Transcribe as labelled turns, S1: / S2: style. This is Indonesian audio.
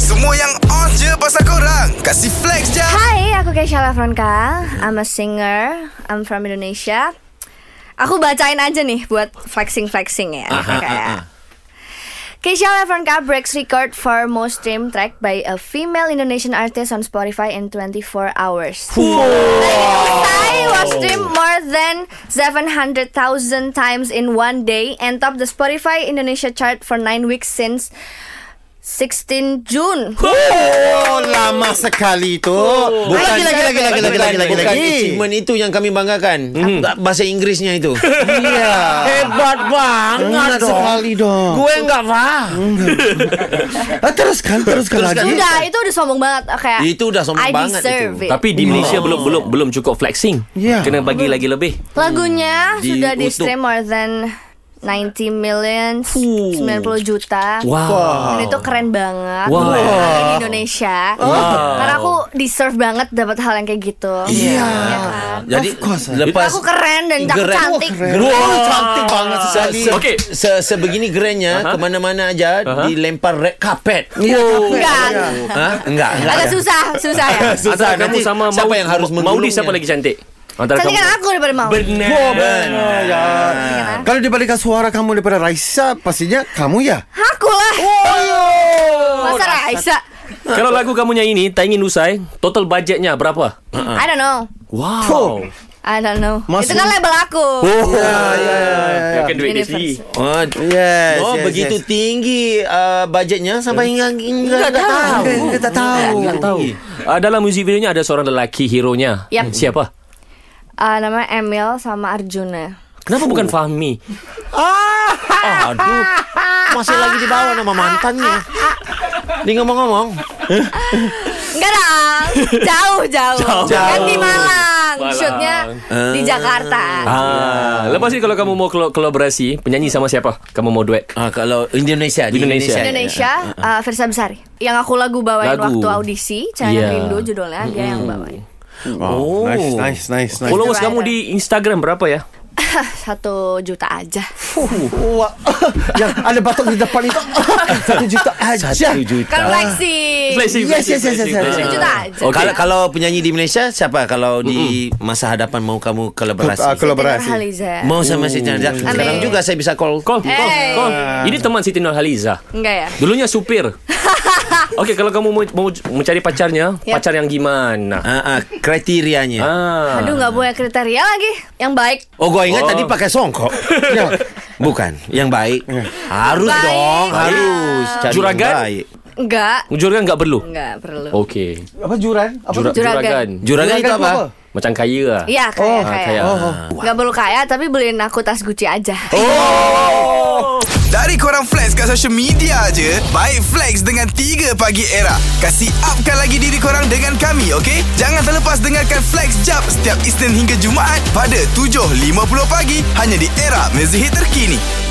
S1: Semua yang on je pasal korang Kasih flex je
S2: Hai, aku Keisha Lafronka. I'm a singer. I'm from Indonesia. Aku bacain aja nih buat flexing-flexing ya. Kayak. Keisha Lafronka breaks record for most stream track by a female Indonesian artist on Spotify in 24 hours. I was streamed more than 700,000 times in one day and topped the Spotify Indonesia chart for 9 weeks since 16 June.
S3: Oh, lama sekali itu. Bukan lagi lagi lagi lagi lagi lagi lagi
S4: Bukan
S3: lagi.
S4: achievement itu yang kami banggakan. Ba- Bahasa Inggrisnya itu.
S3: Iya.
S4: Hebat
S3: Enggak
S4: banget
S3: sekali dong.
S4: Gue nggak paham.
S3: Ah, teruskan, teruskan lagi.
S2: Udah, itu udah sombong banget kayak.
S4: Iya. Itu udah sombong
S2: I
S4: banget
S2: deserve
S4: itu.
S2: it.
S5: Tapi di Malaysia belum belum belum cukup flexing.
S3: Ya.
S5: Kena bagi lagi lebih.
S2: Lagunya
S4: Hmm, Di
S2: sudah di
S4: untuk-
S2: stream more than 90 million, 90 juta.
S5: Wow.
S2: Dan itu keren banget
S5: Wow.
S2: Apalagi di Indonesia. Karena aku deserve banget dapat hal yang kayak gitu. Iya. kan?
S4: Jadi
S3: Of course.
S4: lepas
S2: Aku kan- keren dan aku
S4: Keren.
S2: cantik.
S4: Wow.
S3: cantik banget sekali.
S4: Se-
S5: Okey.
S4: se- sebegini kerennya
S5: Aha.
S4: kemana-mana aja
S5: Aha.
S4: dilempar red carpet.
S5: Oh.
S2: Enggak.
S4: Hah? Enggak, enggak.
S2: Agak susah, susah ya.
S5: Antara
S4: Susah,
S5: kamu
S4: nanti
S5: sama
S4: siapa
S5: Mau-
S4: yang harus
S5: Maudi
S4: menggulungnya?
S5: siapa lagi cantik? Antara
S2: Cantik kan
S5: kamu.
S2: aku daripada mau.
S5: Benar.
S3: Ah, ya. Kalau dibalikan suara kamu daripada Raisa, pastinya kamu ya.
S2: Aku lah. Masa Raisa?
S5: Kalau lagu kamunya ini tak ingin usai, total budgetnya berapa?
S2: I don't know.
S5: Wow.
S2: I don't know.
S3: Mas-
S2: Itu kan label aku.
S3: Ya,
S5: Kan duit dia
S2: Universe.
S5: sendiri.
S4: Oh,
S3: Yes.
S4: oh begitu tinggi uh, budgetnya sampai hingga hingga enggak tahu.
S3: Eh, Kita tak tahu.
S5: Tak tahu. Uh, dalam music videonya ada seorang lelaki hero-nya.
S2: Yap.
S5: Siapa?
S2: Ah, namanya Emil sama Arjuna.
S5: Kenapa bukan Fahmi?
S2: Ah.
S4: Aduh, masih lagi di bawah nama mantannya. Ini ngomong-ngomong,
S2: Enggak dong, jauh jauh. Kan di Malang,
S5: Malang.
S2: shootnya di Jakarta.
S5: Ah, lepas ni kalau kamu mau kol- kolaborasi, penyanyi sama siapa? Kamu mau duet?
S4: ah, kalau Indonesia, di
S5: Indonesia.
S4: Indonesia,
S2: Indonesia, uh, Versa Besari. Yang aku lagu bawain
S5: iya. Ah, Lagu. Iya.
S2: waktu audisi, Cahaya
S5: Yeah.
S2: Rindu judulnya dia yang bawain.
S3: Oh, nice, nice, nice,
S4: Oh.
S3: nice.
S5: Followers
S2: Right,
S5: kamu di Instagram berapa ya?
S2: Satu juta aja.
S3: Wah, Oh, ah. yang ada batok di depan itu satu juta aja.
S4: Satu juta.
S2: Kan flexing.
S5: Flexing,
S3: Ya. Yes,
S5: flexing,
S3: yes, yes, yes,
S5: flexing,
S3: yes.
S5: flexing.
S2: Satu juta aja.
S5: Okey.
S4: Kalau kalau penyanyi di Malaysia siapa? Kalau di masa hadapan mau kamu kolaborasi?
S3: Ah,
S2: Kolaborasi.
S3: Kolaborasi.
S4: mau sama Siti Nadia. Sekarang juga saya bisa Mm. call.
S5: Call, call,
S2: Hey.
S5: call.
S3: Ah.
S5: Ini teman Siti Nurhaliza.
S2: Enggak ya?
S5: Dulunya supir. Okey, kalau kamu mau, mau mencari pacarnya,
S2: Yap.
S5: pacar yang gimana?
S4: Ah, ah, kriterianya.
S5: Ah.
S2: Aduh nggak punya kriteria lagi. Yang baik.
S4: Oh, gua ingat
S5: Oh.
S4: tadi pakai songkok.
S3: Ya.
S4: Bukan, yang baik. Harus
S2: Baik.
S4: dong, harus. Cari yang
S5: Juragan?
S4: Mm. baik.
S2: Enggak.
S5: Juragan enggak perlu.
S2: Enggak perlu.
S5: Okey.
S3: Ya. Apa juran? Apa
S5: Jura-
S2: Juragan.
S4: Juragan itu apa?
S5: Macam kaya lah.
S2: Iya kaya kaya.
S5: kaya.
S3: Oh,
S2: Nggak perlu kaya tapi beliin aku tas Gucci aja.
S5: Oh,
S1: Dari korang flex kat social media je Baik flex dengan 3 pagi era Kasih upkan lagi diri korang dengan kami okay? Jangan terlepas dengarkan flex jap Setiap Isnin hingga Jumaat Pada 7.50 pagi Hanya di era mezihit terkini